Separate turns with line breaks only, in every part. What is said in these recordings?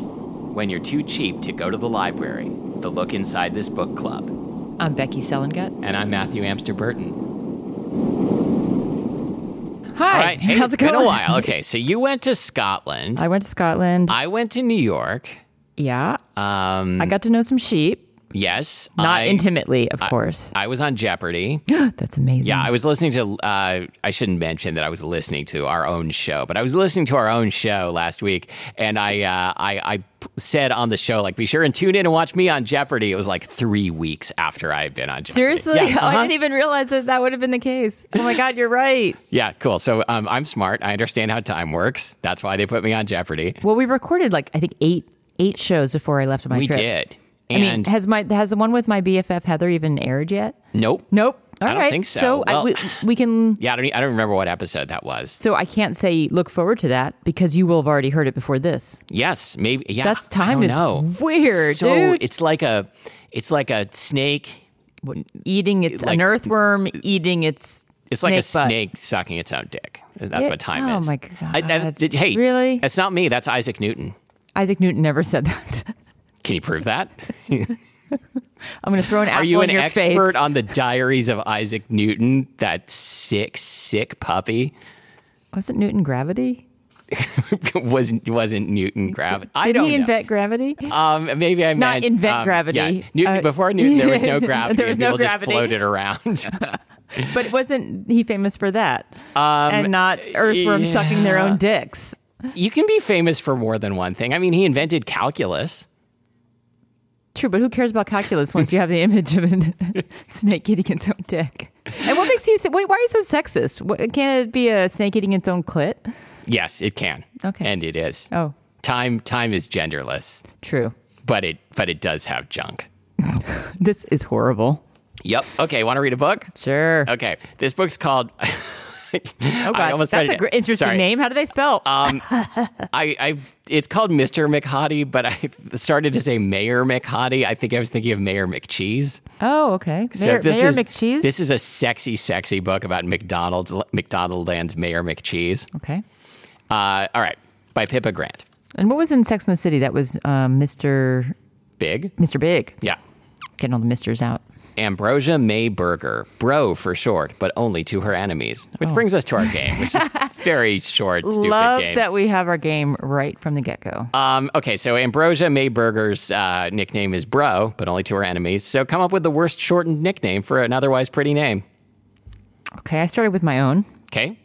when you're too cheap to go to the library, the look inside this book club.
I'm Becky Selengut.
And I'm Matthew Amster Burton.
Hi.
All right, hey,
How's
it's
it going?
been a while. Okay, so you went to Scotland.
I went to Scotland.
I went to New York.
yeah. Um, I got to know some sheep.
Yes,
Not
I,
intimately, of course.
I was on Jeopardy.
That's amazing.
Yeah, I was listening to. Uh, I shouldn't mention that I was listening to our own show, but I was listening to our own show last week, and I, uh, I, I p- said on the show, like, be sure and tune in and watch me on Jeopardy. It was like three weeks after I had been on Jeopardy.
Seriously?
Yeah,
Oh, I
uh-huh.
didn't even realize that that would have been the case. Oh my God, you're right.
Yeah, cool. So um, I'm smart. I understand how time works. That's why they put me on Jeopardy.
Well, we recorded like I think eight eight shows before I left my
We
trip.
did.
I
And
mean, has my has the one with my BFF Heather even aired yet?
nope.
Nope. All right.
don't think so.
I,
Well-
we, we can.
Yeah, I don't, e, I don't remember what episode that was.
So I can't say look forward to that because you will have already heard it before this.
Yes, maybe. Yeah,
That's
I
time
don't
is
know.
weird,
so
dude.
it's like a, it's like a snake
eating its
like-
an earthworm, eating its.
It's like
snake
a
butt.
snake sucking its own dick. That's
Yeah.
what time
Oh
is.
my God.
did- hey,
Really?
That's not me. That's Isaac Newton.
Isaac Newton never said that.
Can you prove that?
I'm going to throw an apple
Are you
in
an
your
expert
face.
on the diaries of Isaac Newton? That sick, sick puppy
Wasn't Newton gravity?
wasn't wasn't Newton gravity. I
Did
don't
he
know.
invent gravity?
um, maybe I
Not
meant
invent
um,
gravity.
yeah. Newton,
Uh,
before Newton, there was no
there
gravity.
was
and
no
people
gravity.
just floated around.
But wasn't he famous for that?
Um,
and not earthworms sucking their own dicks.
you can be famous for more than one thing. I mean, he invented calculus.
True, but who cares about calculus once you have the image of a snake eating its own dick? And what makes you? Th- why why are you so sexist? What, can't it be a snake eating its own clit?
Yes, it can.
Okay.
and it is.
Oh,
Time time is genderless.
true.
but it but it does have junk.
This is horrible.
Yep. Okay. Want to read a book?
Sure.
Okay. This book's called.
Oh
I
God,
almost
that's
read
a
it.
gr- interesting
Sorry.
name. How do they spell?
I, I it's called Mr. McHottie, but I started to say Mayor McHottie. I think I was thinking of Mayor McCheese.
oh, okay. Mayor, Mayor
is
McCheese.
this is a sexy, sexy book about McDonald's McDonald and Mayor McCheese.
okay.
Uh, all right, by Pippa Grant.
And what was in Sex and the City? That was um, Mr.
Big.
Mr. Big
Yeah.
getting all the misters out.
Ambrosia May Burger, bro for short, but only to her enemies. Which brings us to our game, which is a very short, stupid
Oh. Love
game.
that we have our game right from the get go.
Um, okay, so Ambrosia Mayberger's uh, nickname is Bro, but only to her enemies. So come up with the worst shortened nickname for an otherwise pretty name.
okay, I started with my own.
Okay.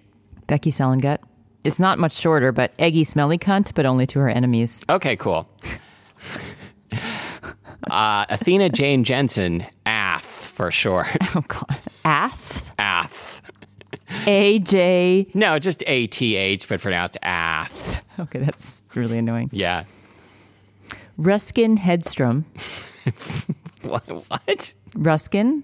Becky Selengut. It's not much shorter, but eggy smelly cunt, but only to her enemies.
Okay. Cool. uh, Athena Jane Jensen, Ath for short.
Oh God, Ath,
Ath.
A J.
No, just A T H, but pronounced Ath.
Okay, that's really annoying.
Yeah.
Ruskin Hedstrom,
What? what?
Ruskin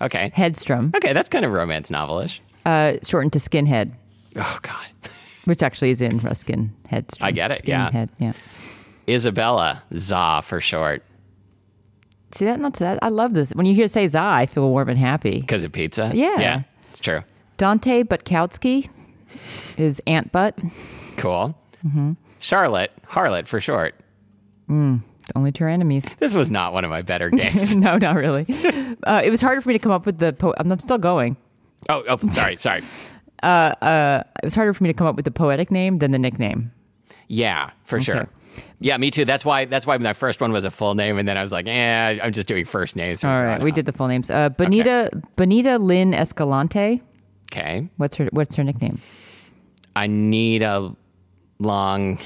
Okay.
Hedstrom,
Okay, that's kind of romance novelish.
uh, shortened to Skinhead,
Oh God.
which actually is in Ruskin Hedstrom.
I get it, yeah.
Skinhead, yeah.
Isabella, Za for short,
See that? Not that. I love this. When you hear say "za," I feel warm and happy.
because of pizza.
Yeah.
Yeah, it's true.
Dante Butkowski is Ant Butt,
Cool. Charlotte, Harlot for short.
only to her enemies.
This was not one of my better games.
no, not really. Uh, it was harder for me to come up with the. Po- I'm, I'm still going.
oh, oh, sorry, sorry.
It was harder for me to come up with the poetic name than the nickname.
Yeah, for sure. Yeah, me too. That's why. That's why my first one was a full name, and then I was like, eh, I'm just doing first names.
All right, we did the full names. Uh, Bonita Bonita Lynn Escalante.
Okay,
What's her What's her nickname?
I need a long.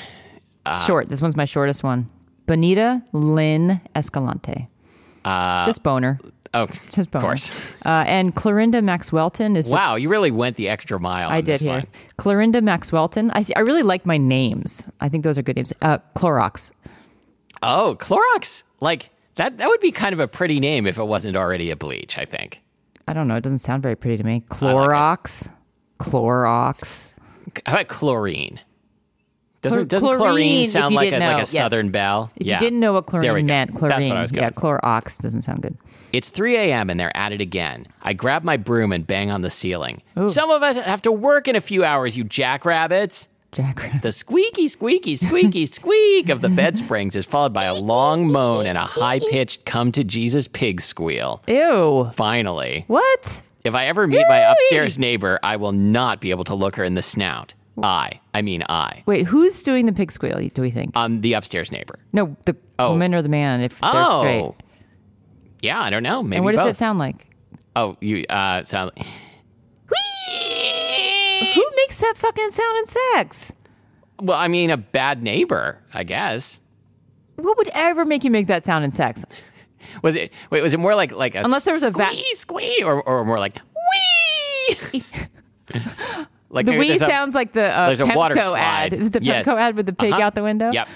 Short. This one's my shortest one. Bonita Lynn Escalante. Just boner.
Oh,
Just
of
boner.
course.
Uh, and Clorinda Maxwelton is. Just,
Wow, you really went the extra mile.
I
on
did
this
here.
one.
Clorinda Maxwelton. I see, I really like my names. I think those are good names. Uh, Clorox.
Oh, Clorox. Like that. That would be kind of a pretty name if it wasn't already a bleach. I think.
I don't know. It doesn't sound very pretty to me. Clorox. Clorox.
How about chlorine? Doesn't
Chlor-
doesn't chlorine,
chlorine, if
sound
you
like a,
didn't know,
like a
yes.
Southern belle?
If
yeah.
you didn't know what
There we
chlorine
go.
meant, chlorine.
That's what I was going.
yeah, Clorox doesn't sound good.
It's 3 a.m. and they're at it again. I grab my broom and bang on the ceiling. Some of us have to work in a few hours, you jackrabbits.
Jackrabbit.
The squeaky, squeaky, squeaky, squeak of the bed springs is followed by a long moan and a high pitched come to Jesus pig squeal.
Ew.
Finally,
What?
if I ever meet my
Yay!
upstairs neighbor, I will not be able to look her in the snout. I, I mean, I.
Wait, who's doing the pig squeal? Do we think?
Um, the upstairs neighbor.
no, the woman or the man? If they're
Oh.
straight.
Yeah, I don't know. Maybe
And what does
both.
it sound like?
Oh, you uh, sound.
Who makes that fucking sound in sex?
Well, I mean, a bad neighbor, I guess.
What would ever make you make that sound in sex?
Was it? Wait, was it more like like a
Unless there was a va-
squee, squee, or or more like wee? like
The
maybe
wee
there's a-
sounds like the uh,
there's a
Pepco
water slide.
ad. Is it the Pepco
Yes.
ad with the pig
Uh-huh.
out the window?
Yep.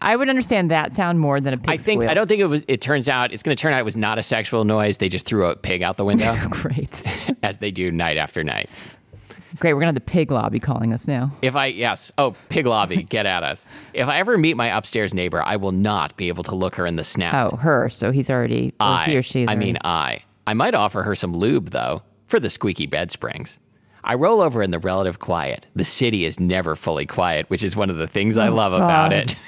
I would understand that sound more than a pig
I think
squeal.
I don't think it was. It turns out it's going to turn out it was not a sexual noise. They just threw a pig out the window,
Great.
as they do night after night.
Great. We're going to have the pig lobby calling us now.
If I yes, oh pig lobby, get at us. If I ever meet my upstairs neighbor, I will not be able to look her in the snout.
Oh, her. So he's already, or
I,
he or she. is
I
already-
mean, I. I might offer her some lube, though, for the squeaky bed springs. I roll over in the relative quiet. The city is never fully quiet, which is one of the things I love about
Oh, God.
it.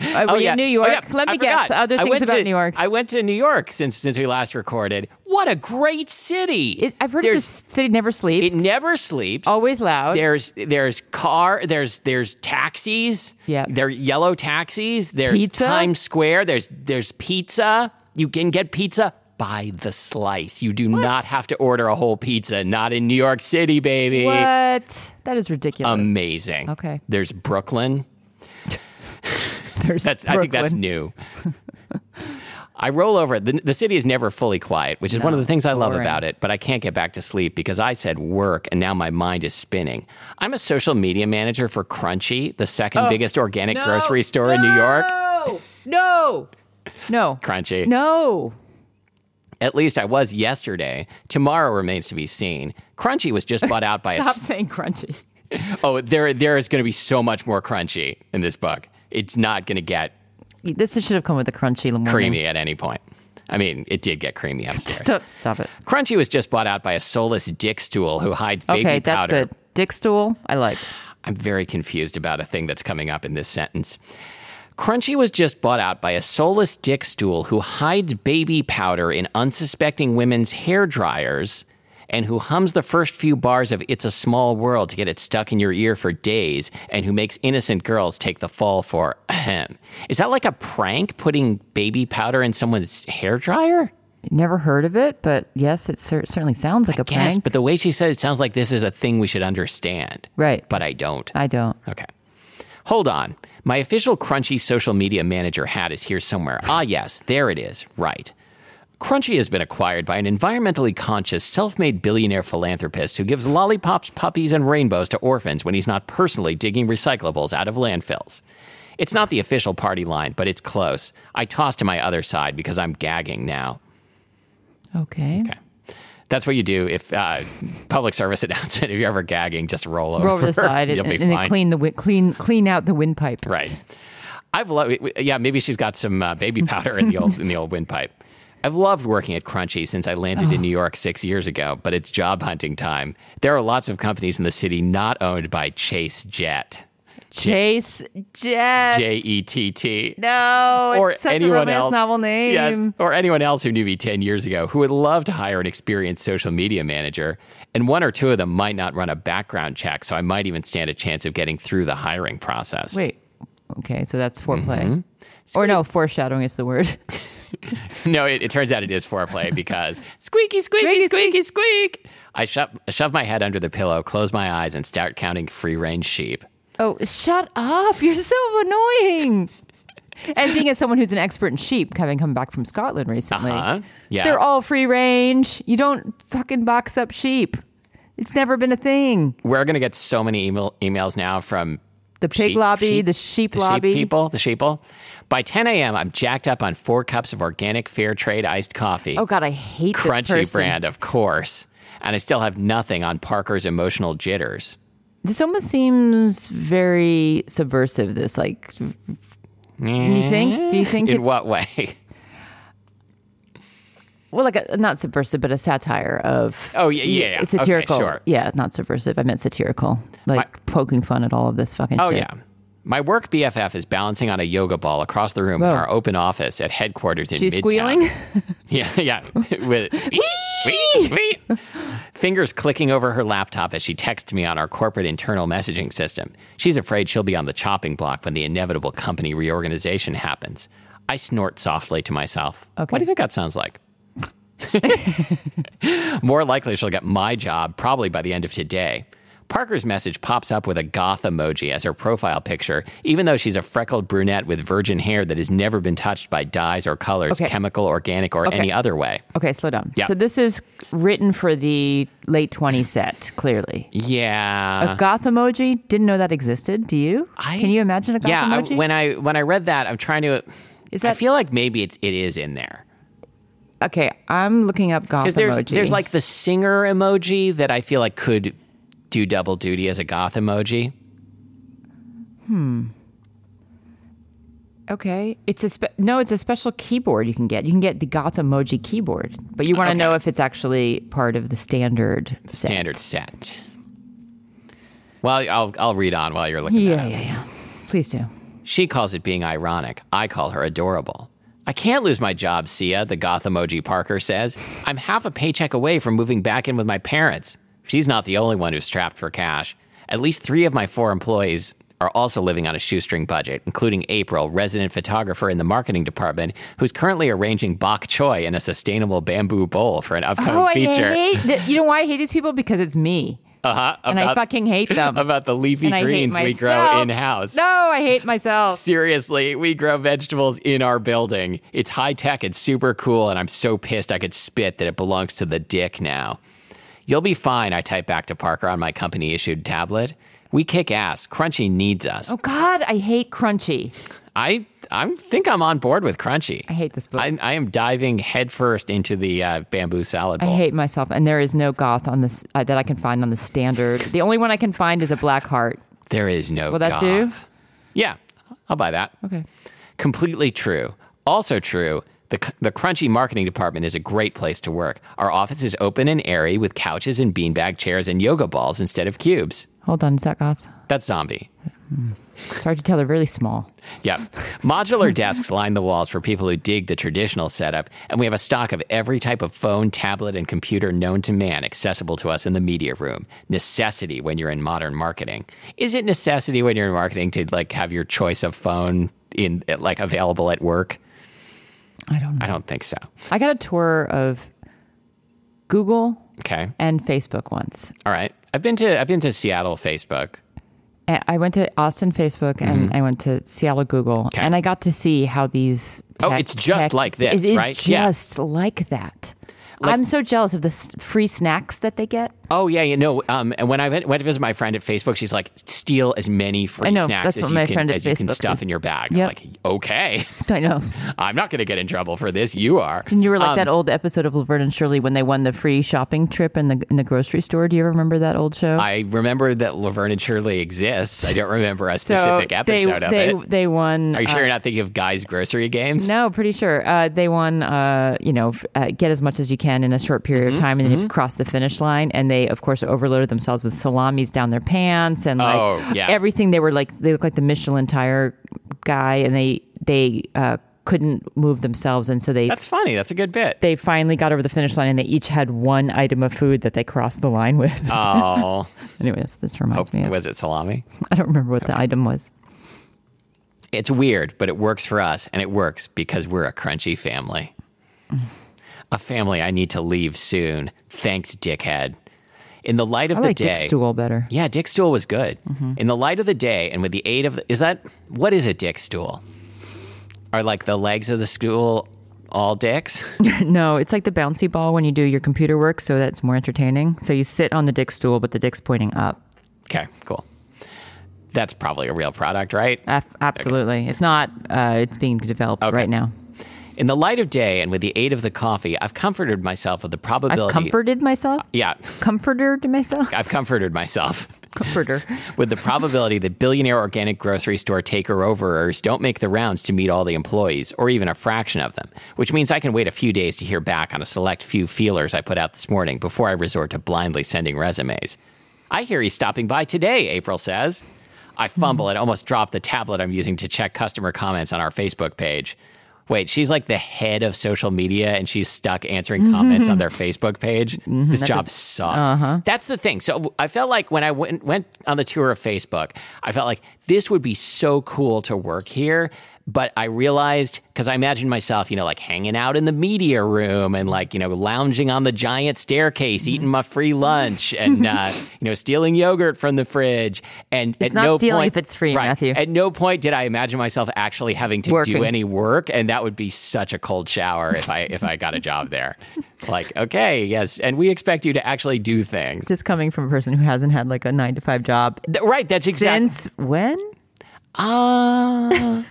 Uh, were you New York.
Oh, yeah.
Let me
I
guess
forgot.
other
I
things
went
about
to-
New York.
I went to New York since since we last recorded. What a great city!
Is- I've heard
there's,
this Oh, city never sleeps.
it never sleeps.
always loud.
There's there's car there's there's taxis.
Yeah.
There are yellow taxis. There's
Pizza?
Times Square. There's there's pizza. You can get pizza by the slice. You do not have to order a whole pizza. Not in New York City, baby.
What? That is ridiculous.
Um, Amazing.
Okay.
There's Brooklyn.
There's
That's I think that's
Brooklyn.
new. I roll over. The, the city is never fully quiet, which is one of the things I love
boring.
about it, but I can't get back to sleep because I said work and now my mind is spinning. I'm a social media manager for Crunchy, the second
Oh,
biggest organic grocery store in New York.
No. No.
Crunchy.
No.
At least I was yesterday. Tomorrow remains to be seen. Crunchy was just bought out by a.
Stop
s-
saying crunchy.
Oh, there, there is going to be so much more Crunchy in this book. It's not going to get
This should have come with a crunchy warning.
creamy at any point. I mean, it did get creamy upstairs.
Stop, stop it.
Crunchy was just bought out by a soulless dick stool who hides baby
Okay, that's
powder.
good. Dick stool, I like.
I'm very confused about a thing that's coming up in this sentence. Crunchy was just bought out by a soulless dick stool who hides baby powder in unsuspecting women's hair dryers and who hums the first few bars of It's a Small World to get it stuck in your ear for days and who makes innocent girls take the fall for ahem. Is that like a prank putting baby powder in someone's hair dryer?
Never heard of it, but yes, it cer- certainly sounds like a
Yes,
prank.
but the way she said it sounds like this is a thing we should understand.
Right.
But I don't.
I don't.
Okay. Hold on. My official Crunchy social media manager hat is here somewhere. Ah, yes, there it is. Right. Crunchy has been acquired by an environmentally conscious, self made billionaire philanthropist who gives lollipops, puppies, and rainbows to orphans when he's not personally digging recyclables out of landfills. It's not the official party line, but it's close. I toss to my other side because I'm gagging now.
Okay.
That's what you do if uh, public service announcement. If you're ever gagging, just roll over.
Roll over the side and,
You'll be
and then
fine.
clean the wi- clean clean out the windpipe.
Right. I've loved. Yeah, maybe she's got some uh, baby powder in the old in the old windpipe. I've loved working at Crunchy since I landed in New York six years ago, but it's job hunting time. There are lots of companies in the city not owned by Chase Jet,
Chase Jet.
J E T T,
no,
or
it's such
anyone
a romance
else.
novel name.
Yes, or anyone else who knew me ten years ago who would love to hire an experienced social media manager, and one or two of them might not run a background check, so I might even stand a chance of getting through the hiring process.
Wait. Okay, so that's foreplay.
Mm-hmm.
Or no, foreshadowing is the word.
No, it, it turns out it is foreplay because squeaky, squeaky, squeaky, squeak. I shove, I shove my head under the pillow, close my eyes, and start counting free range sheep.
Oh, shut up. You're so annoying. and being as someone who's an expert in sheep, having come back from Scotland recently,
Uh-huh. Yeah.
they're all free range. You don't fucking box up sheep. It's never been a thing.
We're going to get so many email, emails now from
The pig
Sheep-
lobby,
sheep-
the sheep
the
lobby.
sheep people, the sheeple. By 10 a.m., I'm jacked up on four cups of organic fair trade iced coffee.
Oh God, I hate
Crunchy
this person.
brand, of course. And I still have nothing on Parker's emotional jitters.
This almost seems very subversive. This like, do
Eh,
you think? Do you think?
In
It's,
what way?
well, like a, not subversive, but a satire of.
Oh, yeah, yeah, yeah.
satirical.
Okay, sure.
Yeah, not subversive. I meant satirical, like poking fun at all of this fucking.
Oh
shit.
yeah. My work BFF is balancing on a yoga ball across the room in
Whoa.
our open office at headquarters in
Oh. She's
Midtown.
squealing?
Yeah, yeah. With wee, wee, wee. fingers clicking over her laptop as she texts me on our corporate internal messaging system. She's afraid she'll be on the chopping block when the inevitable company reorganization happens. I snort softly to myself. What do you think that sounds like? More likely she'll get my job probably by the end of today. Parker's message pops up with a goth emoji as her profile picture, even though she's a freckled brunette with virgin hair that has never been touched by dyes or colors,
Okay.
chemical, organic, or any other way.
Okay, slow down.
Yeah.
So this is written for the late 20 set, clearly.
Yeah.
a goth emoji? Didn't know that existed. Do you?
Uh-huh. I-
Can you imagine a goth
yeah, I,
emoji?
when I when I read that, I'm trying to
Is
I
that-
feel like maybe it's it is in there.
okay, I'm looking up goth
Cuz there's
emoji.
there's like the singer emoji that I feel like could do double duty as a goth emoji.
okay, it's a spe- no, it's a special keyboard you can get. You can get the goth emoji keyboard, but you want to
Okay.
know if it's actually part of the standard set.
standard set. Well, I'll I'll read on while you're looking.
Yeah, yeah, yeah. Please do.
She calls it being ironic. I call her adorable. I can't lose my job, Sia, the goth emoji Parker says. I'm half a paycheck away from moving back in with my parents. She's not the only one who's strapped for cash. At least three of my four employees are also living on a shoestring budget, including April, resident photographer in the marketing department, who's currently arranging bok choy in a sustainable bamboo bowl for an upcoming
Oh, I
feature. Uh-huh,
hate. Th- you know why I hate these people? Because it's me. Uh huh. And I fucking hate them.
about the leafy
and I hate
greens we grow
myself.
in house.
No, I hate myself.
Seriously, we grow vegetables in our building. It's high tech, it's super cool, and I'm so pissed I could spit that it belongs to the dick now. You'll be fine, I type back to Parker on my company issued tablet. We kick ass. Crunchy needs us.
Oh God, I hate crunchy.
I I think I'm on board with Crunchy.
I hate this book.
I, I am diving headfirst into the uh, bamboo salad
I
bowl.
hate myself, and there is no goth on this uh, that I can find on the standard. The only one I can find is a black heart.
there is no.
Will that do?
goth. Yeah, I'll buy that.
Okay.
Completely true. Also true, the, the Crunchy marketing department is a great place to work. Our office is open and airy with couches and beanbag chairs and yoga balls instead of cubes.
Hold on, is that goth?
That's zombie.
It's hard to tell. They're really small.
Yeah. Modular desks line the walls for people who dig the traditional setup, and we have a stock of every type of phone, tablet, and computer known to man accessible to us in the media room. Necessity when you're in modern marketing. Is it necessity when you're in marketing to like have your choice of phone in like available at work?
I don't know.
I don't think so.
I got a tour of Google
Okay.
and Facebook once.
All right. I've been to I've been to Seattle Facebook.
And I went to Austin Facebook
Mm-hmm.
and I went to Seattle Google, and I got to see how these.
Oh,
tech-
it's just
tech-
like this,
It is
right? Yeah.
just like that. I'm so jealous of the s- free snacks that they get.
Oh yeah, you know. Um, and when I went, went to visit my friend at Facebook, she's like, "Steal as many free
I know.
snacks
That's
as
what
you
my
can
friend at
as you can
Facebook
stuff
did.
in your bag." I'm
Yep.
like, "Okay,
I know.
I'm not going to get in trouble for this. You are." Um,
And you were like that old episode of Laverne and Shirley when they won the free shopping trip in the in the grocery store. Do you ever remember that old show?
I remember that Laverne and Shirley exists. I don't remember a specific
they-
episode
they,
of
they,
it.
won.
Are you
uh,
sure you're not thinking of Guy's Grocery Games?
no, pretty sure. Uh, they won. Uh, you know, f- uh, get as much as you can in a short period
Mm-hmm,
of time, and then you cross the finish line. And they, of course, overloaded themselves with salamis down their pants and like
Oh, yeah.
everything. They were like they looked like the Michelin tire guy, and they they uh, couldn't move themselves, and so they
That's funny. That's a good bit.
they finally got over the finish line, and they each had one item of food that they crossed the line with.
Oh,
Anyways, this reminds me of.
was it salami?
I don't remember what the item was.
It's weird, but it works for us, and it works because we're a crunchy family. A family I need to leave soon. Thanks, dickhead. In the light of
I
the
like
day,
Dick Stool Mm-hmm. better.
yeah, Dick Stool was good. In the light of the day, and with the aid of the, is that what is a Dick Stool? Are like the legs of the stool all dicks?
No, it's like the bouncy ball when you do your computer work, so that's more entertaining. So you sit on the dick stool, but the dick's pointing up.
okay, cool. That's probably a real product, right?
Af- absolutely. If not, uh, it's being developed right now.
In the light of day and with the aid of the coffee, I've comforted myself with the probability.
I've comforted myself.
yeah,
Comforter to myself.
I've comforted myself
Comforter.
with the probability that billionaire organic grocery store takeoverers don't make the rounds to meet all the employees or even a fraction of them, which means I can wait a few days to hear back on a select few feelers I put out this morning before I resort to blindly sending resumes. I hear he's stopping by today, April says. I fumble and almost drop the tablet I'm using to check customer comments on our Facebook page. Wait, she's like the head of social media and she's stuck answering comments on their Facebook page. This job sucks. That's the thing. So I felt like when I went, went on the tour of Facebook, I felt like this would be so cool to work here. But I realized because I imagined myself, you know, like hanging out in the media room and like, you know, lounging on the giant staircase, eating my free lunch and, uh, you know, stealing yogurt from the fridge. And at
not
no
stealing
point,
if it's free,
right,
Matthew.
At no point did I imagine myself actually having to do
Working.
any work, and that would be such a cold shower if I if I got a job there. Like, okay, yes, and we expect you to actually do things.
This is coming from a person who hasn't had like a nine to five job
Th- Right, that's exactly
since when?
uh,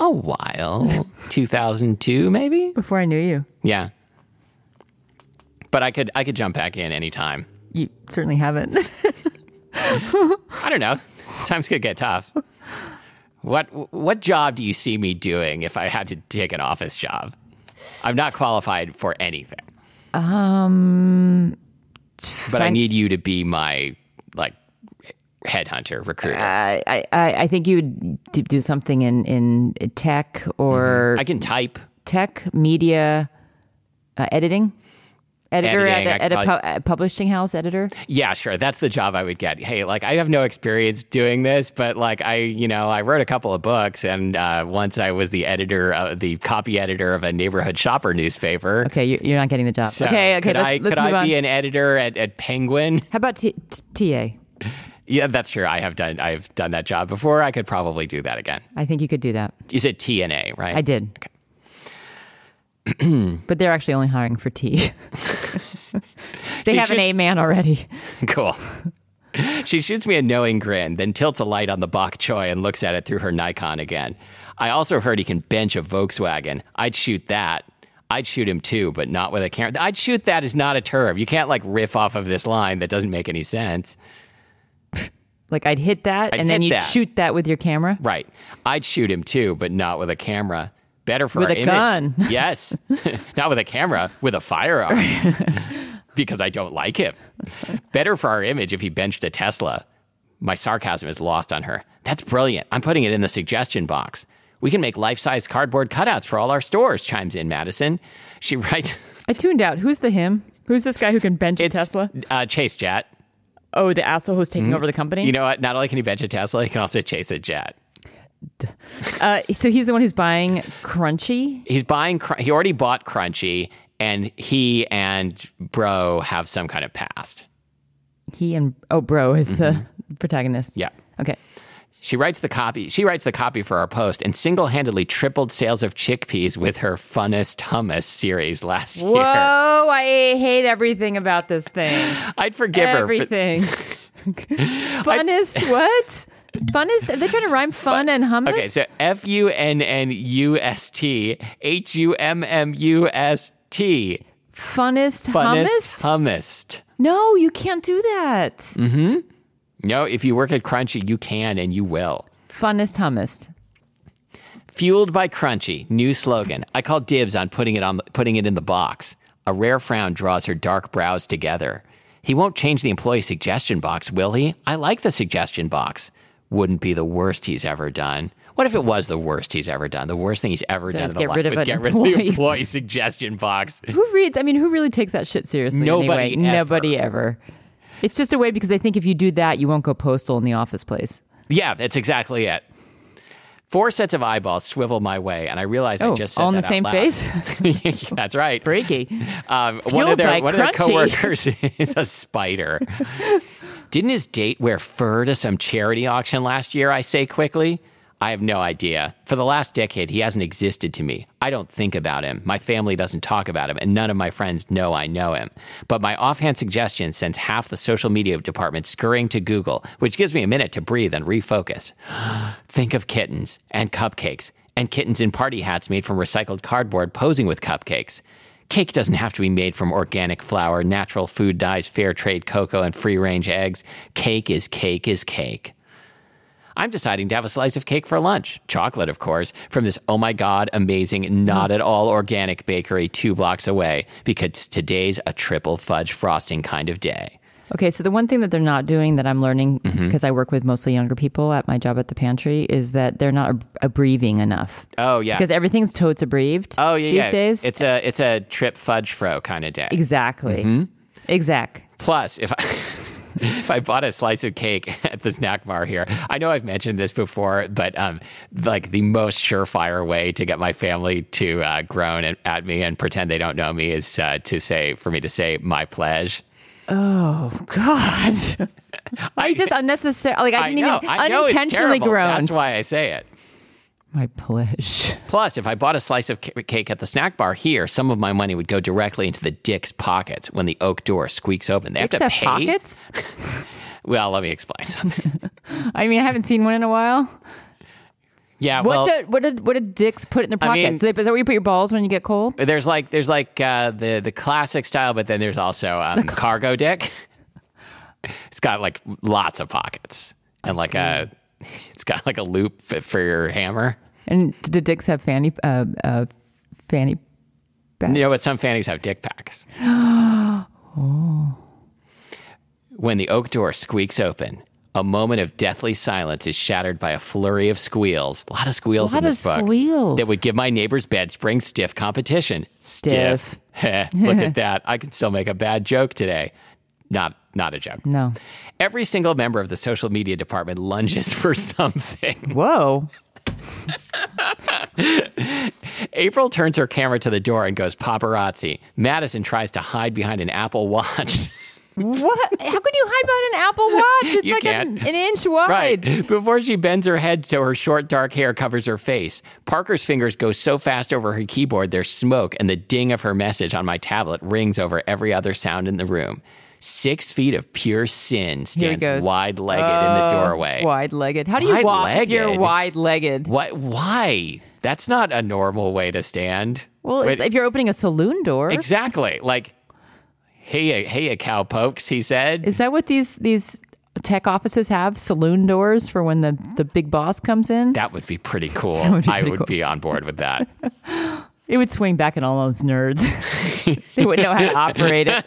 a while, two thousand two, maybe.
Before I knew you.
Yeah, but I could I could jump back in anytime.
You certainly haven't.
I don't know. Times could get tough. What what job do you see me doing if I had to take an office job? I'm not qualified for anything. Um, but I
fin-
need you to be my like headhunter recruiter.
I, I, I think you would d- do something in, in tech or
I can type.
tech media uh, editing. Editor
Editing, I
at, a, at a
could
pu- uh publishing house, editor.
Yeah, sure. That's the job I would get. Hey, like I have no experience doing this, but like I, you know, I wrote a couple of books, and uh, once I was the editor, uh, the copy editor of a neighborhood shopper newspaper.
Okay, you- you're not getting the job.
So
okay, okay,
uh, Could
let's,
I,
let's
could
move
I
on.
be an editor at, at Penguin?
How about t- t- TA?
Yeah, that's true. I have done. I've done that job before. I could probably do that again.
I think you could do that.
You said TNA, right?
I did. but they're actually only hiring for tea. they
She
have an
shoots-
A man already.
Cool. she shoots me a knowing grin, then tilts a light on the bok choy and looks at it through her Nikon again. I also heard he can bench a Volkswagen. I'd shoot that. I'd shoot him too, but not with a camera. I'd shoot that is not a term. You can't like riff off of this line that doesn't make any sense.
Like I'd hit that and then
hit
you
that.
would shoot that with your camera.
Right. I'd shoot him too, but not with a camera. Better for
With
our
a
image.
gun.
Yes. not with a camera, with a firearm. because I don't like him. Better for our image if he benched a Tesla. My sarcasm is lost on her. That's brilliant. I'm putting it in the suggestion box. We can make life size cardboard cutouts for all our stores, chimes in Madison. She writes
I tuned out. Who's the him? Who's this guy who can bench a
It's,
Tesla?
Uh, Chase Jet.
Oh, the asshole who's taking over the company.
Hmm? You know what? Not only can he bench a Tesla, he can also chase a jet.
uh, so he's the one who's buying Crunchy.
he's buying Cr- he already bought crunchy and he and bro have some kind of past
He and oh, bro is the protagonist.
Mm-hmm. yeah
Okay.
she writes the copy she writes the copy for our post and single-handedly tripled sales of chickpeas with her funnest hummus series last
Whoa!
year
I hate everything about this thing.
i'd forgive her for-
Everything. Funnest what? Funnest? Are they trying to rhyme fun and hummus?
okay so f-u-n-n-u-s-t h-u-m-m-u-s-t
Funnest,
funnest Mm.
hummus?
hummest
No, you can't do that.
no if you work at crunchy you can and you will
Funnest hummus.
Fueled by crunchy, new slogan. I call dibs on putting it on putting it in the box. A rare frown draws her dark brows together. He won't change the employee suggestion box, will he? I like the suggestion box. Wouldn't be the worst he's ever done. What if it was the worst he's ever done? The worst thing he's ever done
Just
in the
get
life
rid of
was
an
get rid of the
employee.
employee suggestion box.
Who reads? I mean, who really takes that shit seriously?
Nobody
Anyway?
ever.
Nobody ever. It's just a way because they think if you do that, you won't go postal in the office place.
Yeah, that's exactly it. Four sets of eyeballs swivel my way, and I realize I
Oh,
just said
all in the
that out
same
loud.
face.
that's right.
Freaky.
Um, one of
Fueled
their
by
one of their
crunchy.
coworkers is a spider. Didn't his date wear fur to some charity auction last year? I say quickly. I have no idea. For the last decade, he hasn't existed to me. I don't think about him. My family doesn't talk about him, and none of my friends know I know him. But my offhand suggestion sends half the social media department scurrying to Google, which gives me a minute to breathe and refocus. Think of kittens and cupcakes and kittens in party hats made from recycled cardboard posing with cupcakes. Cake doesn't have to be made from organic flour, natural food dyes, fair trade cocoa, and free range eggs. Cake is cake is cake. I'm deciding to have a slice of cake for lunch, chocolate, of course, from this oh my God, amazing, not at all organic bakery two blocks away because today's a triple fudge frosting kind of day.
Okay, so the one thing that they're not doing that I'm learning because
Mm-hmm.
I work with mostly younger people at my job at the pantry is that they're not ab- abbreviating enough.
Oh, yeah.
Because everything's totes abbreviated.
Oh, yeah,
These
yeah.
days,
It's a, it's a trip fudge fro kind of day.
exactly,
Mm-hmm.
exact.
Plus, if I, if I bought a slice of cake at the snack bar here, I know I've mentioned this before, but um, like the most surefire way to get my family to uh, groan at, at me and pretend they don't know me is uh, to say for me to say my pledge.
God,
I
just unnecessary. Like I
I
didn't
know,
even
I know it's
unintentionally
terrible.
groaned.
That's why I say it.
my pleasure.
Plus, if I bought a slice of ca- cake at the snack bar here, some of my money would go directly into the dick's pockets when the oak door squeaks open. They have to
have
pay.
pockets.
Well, let me explain something.
I mean, I haven't seen one in a while.
Yeah, well,
What did what did what did dicks put in their
I mean-
pockets? is that where you put your balls when you get cold?
There's like there's like uh, the the classic style, but then there's also um, cargo dick. It's got like lots of pockets and like a it's got like a loop f- for your hammer.
And did dicks have fanny uh, uh, fanny?
You know, but some fannies have dick packs.
Oh.
When the oak door squeaks open, a moment of deathly silence is shattered by a flurry of squeals. A lot of squeals
Lot
in
of
this book.
squeals.
That would give my neighbor's bed spring stiff competition.
Stiff.
Heh, Look at that. I can still make a bad joke today. Not not a joke.
No.
Every single member of the social media department lunges for something.
Whoa.
April turns her camera to the door and goes paparazzi. Madison tries to hide behind an Apple Watch.
What? How could you hide behind an Apple Watch? It's
You
like an,
can't.
an inch wide.
right. Before she bends her head so her short dark hair covers her face, Parker's fingers go so fast over her keyboard there's smoke and the ding of her message on my tablet rings over every other sound in the room. Six feet of pure sin stands
goes.
wide legged in the doorway.
Wide-legged. How do you walk if you're
Wide-legged?
wide-legged?
What? Why? That's not a normal way to stand.
Well,
Wait,
if- if you're opening a saloon door,
exactly. Like, hey, hey, a cowpokes. He said.
is that what these these tech offices have? Saloon doors for when the the big boss comes in.
That would be pretty cool.
would be
I
pretty
would
cool.
be on board with that.
It would swing back at all those nerds. they wouldn't know how to operate it.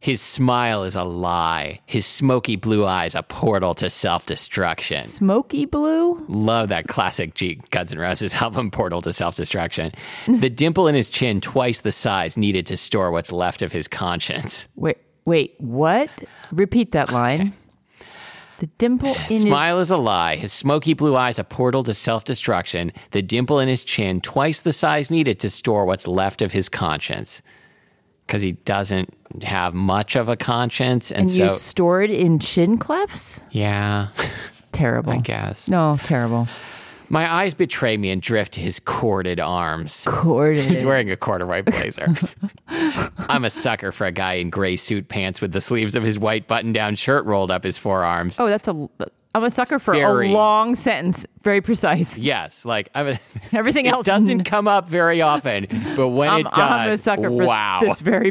His smile is a lie. His smoky blue eyes a portal to self destruction.
Smoky blue.
Love that classic G- Guns N' Roses album, Portal to Self Destruction. The dimple in his chin, twice the size needed to store what's left of his conscience.
Wait, wait, what? Repeat that line. The dimple in
Smile is a lie. His smoky blue eyes a portal to self destruction. The dimple in his chin, twice the size needed to store what's left of his conscience. Because he doesn't have much of a conscience. And,
his and
so,
you store it in chin clefts.
yeah,
Terrible.
I guess.
No, terrible.
My eyes betray me and drift to his corded arms. He's
Corded.
wearing a corduroy blazer. I'm a sucker for a guy in gray suit pants with the sleeves of his white button down shirt rolled up his forearms.
Oh, that's a. I'm a sucker for
Very-
a long sentence, very precise.
Yes, like I'm a,
Everything
it
else-
doesn't come up very often, but when
I'm,
it does,
I'm a sucker for
wow!
this very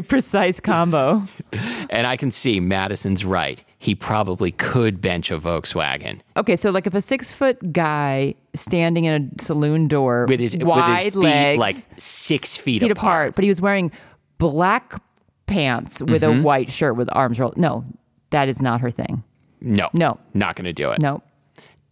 precise combo.
And I can see Madison's right. He probably could bench a Volkswagen
Okay, so like if a six foot guy standing in a saloon door
with his
wide
with his feet
legs,
like six feet,
feet apart. but he was wearing black pants with
Mm-hmm.
a white shirt with arms rolled. No, that is not her thing.
No,
No.
not going to do it.
No.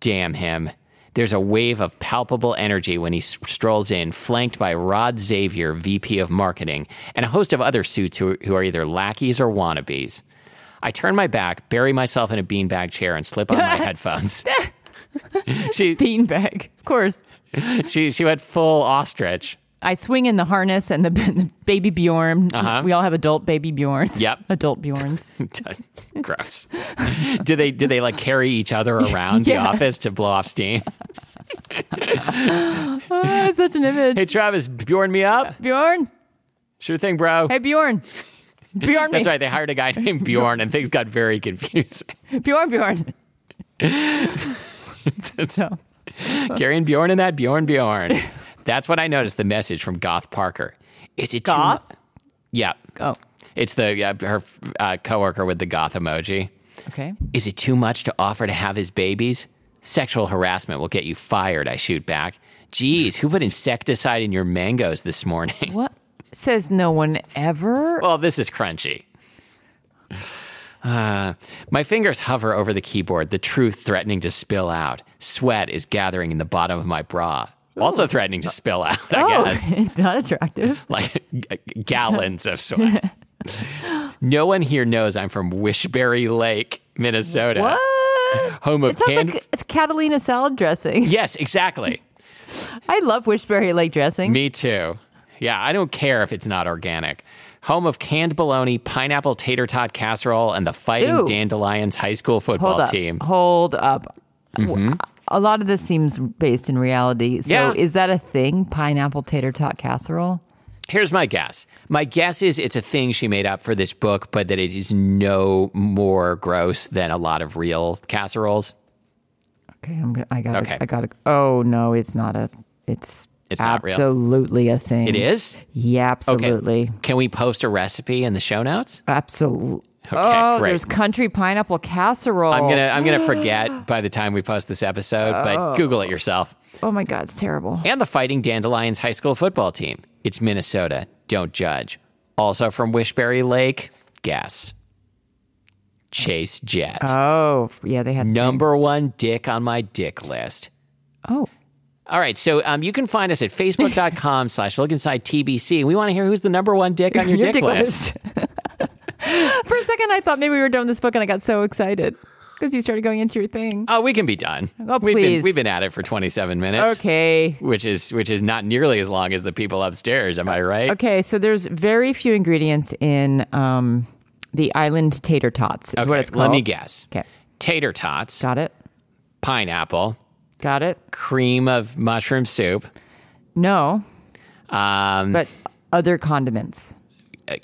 Damn him. There's a wave of palpable energy when he s- strolls in, flanked by Rod Xavier, VP of Marketing, and a host of other suits who, who are either lackeys or wannabes. I turn my back, bury myself in a beanbag chair, and slip on my headphones. she,
Beanbag. Of course.
she, she went full ostrich.
I swing in the harness and the, the baby Bjorn. We all have adult baby Bjorns.
Uh-huh. Yep.
Adult Bjorns.
Gross. do they do they like carry each other around the
Yeah.
office to blow off steam?
That's such an image.
Hey Travis, Bjorn me up?
Bjorn.
Sure thing, bro.
Hey, Bjorn. Bjorn, me.
That's right. They hired a guy named Bjorn, and things got very confusing.
Bjorn, Bjorn. so,
Carrying Bjorn in that Bjorn Bjorn. That's what I noticed. The message from Goth Parker. Is it
Goth?
Too, yeah,
Oh,
it's the uh, her uh, coworker with the goth emoji.
okay.
Is it too much to offer to have his babies? Sexual harassment will get you fired. I shoot back. Geez, who put insecticide in your mangoes this morning?
What says no one ever?
Well, this is crunchy. Uh, my fingers hover over the keyboard, the truth threatening to spill out. Sweat is gathering in the bottom of my bra, also threatening to spill out, I guess.
oh, not attractive.
Like g- gallons of sweat. no one here knows I'm from Wishberry Lake, Minnesota.
What?
Home of
It sounds
canned.
like it's Catalina salad dressing.
yes, exactly.
I love Wishberry Lake dressing.
Me too. Yeah, I don't care if it's not organic. Home of canned bologna, pineapple tater tot casserole, and the Fighting
Ew.
Dandelions high school football
Hold up.
team. Mm-hmm.
Hold up. W- A lot of this seems based in reality. So
Yeah.
is that a thing? Pineapple tater tot casserole?
Here's my guess. My guess is it's a thing she made up for this book, but that it is no more gross than a lot of real casseroles.
Okay, I'm, go- I got.
Okay.
Okay. I got. to Oh no, it's not a. It's.
It's not real.
absolutely a thing.
It is?
Yeah, absolutely.
Can we post a recipe in the show notes?
Absolutely.
Okay,
oh,
great.
there's country pineapple casserole.
I'm gonna I'm gonna forget by the time we post this episode, but Google it yourself.
Oh my God, it's terrible.
and the Fighting Dandelions high school football team. It's Minnesota. Don't judge. Also from Wishberry Lake, guess. Chase Jet.
Oh yeah, they had.
Number one dick on my dick list.
Oh,
All right, so um, you can find us at facebook.com slash look inside TBC. And we want to hear who's the number one dick on your, dick, list.
For a second, I thought maybe we were done with this book, and I got so excited because you started going into your thing.
Oh, we can be done.
Oh,
we've, been,
please.
we've been at it for 27 minutes,
Okay.
which is which is not nearly as long as the people upstairs. Am I right?
Okay, so there's very few ingredients in um, the island tater tots. Is what
Okay,
it's called.
Let me guess.
Okay,
Tater tots,
got it.
pineapple,
Got it.
cream of mushroom soup,
No,
um,
but other condiments.
uh,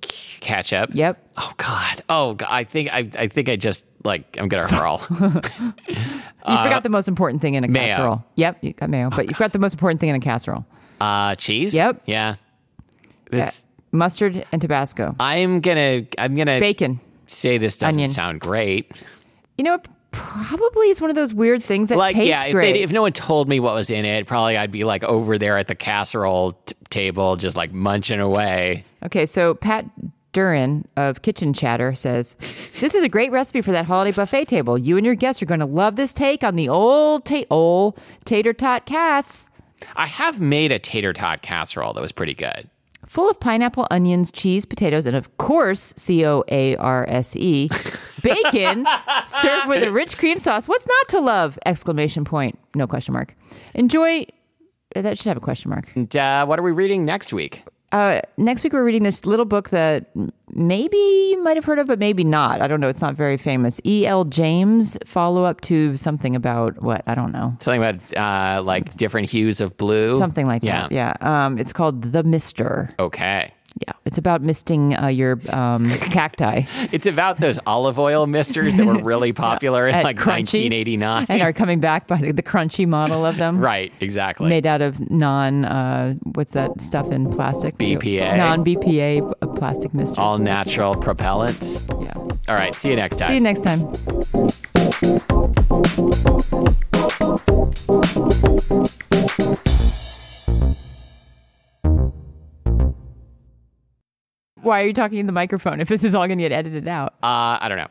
ketchup.
Yep.
Oh God. Oh, God. I think I, I think I just like I'm gonna hurl.
You forgot the most important thing in a
uh, mayo.
casserole. Yep, you got mayo, but you forgot the most important thing in a casserole.
uh, cheese.
Yep.
Yeah. This.
Mustard and Tabasco.
I'm gonna. I'm gonna
Bacon.
say this doesn't
Onion.
sound great.
You know, it probably is one of those weird things that
Like,
tastes
yeah. If,
great.
they, if no one told me what was in it, probably I'd be like over there at the casserole t- table, just like munching away.
Okay, so Pat Duran of Kitchen Chatter says, "This is a great recipe for that holiday buffet table. You and your guests are going to love this take on the old ta- old tater tot cass,
I have made a tater tot casserole that was pretty good.
full of pineapple, onions, cheese, potatoes, and of course, C O A R S E, bacon, served with a rich cream sauce. What's not to love? Exclamation point! No question mark. Enjoy." uh, That should have a question mark.
And uh, what are we reading next week?
Uh, next week, we're reading this little book that m- maybe you might have heard of, but maybe not. I don't know. It's not very famous. E.L. James, follow up to something about what? I don't know.
Something about uh, like different hues of blue.
Something like
yeah.
that. Yeah. Um, it's called The Mister.
Okay.
Yeah. It's about misting uh, your um, cacti
It's about those olive oil misters that were really popular in
At
like
Crunchy.
1989.
and are coming back by the, the crunchy model of them.
Right, exactly.
Made out of non, uh, what's that stuff in plastic?
BPA.
Non BPA uh, plastic misters.
All natural propellants.
yeah.
All right, see you next time.
See you next time. Why are you talking in the microphone if this is all going to get edited out?
uh, I don't know.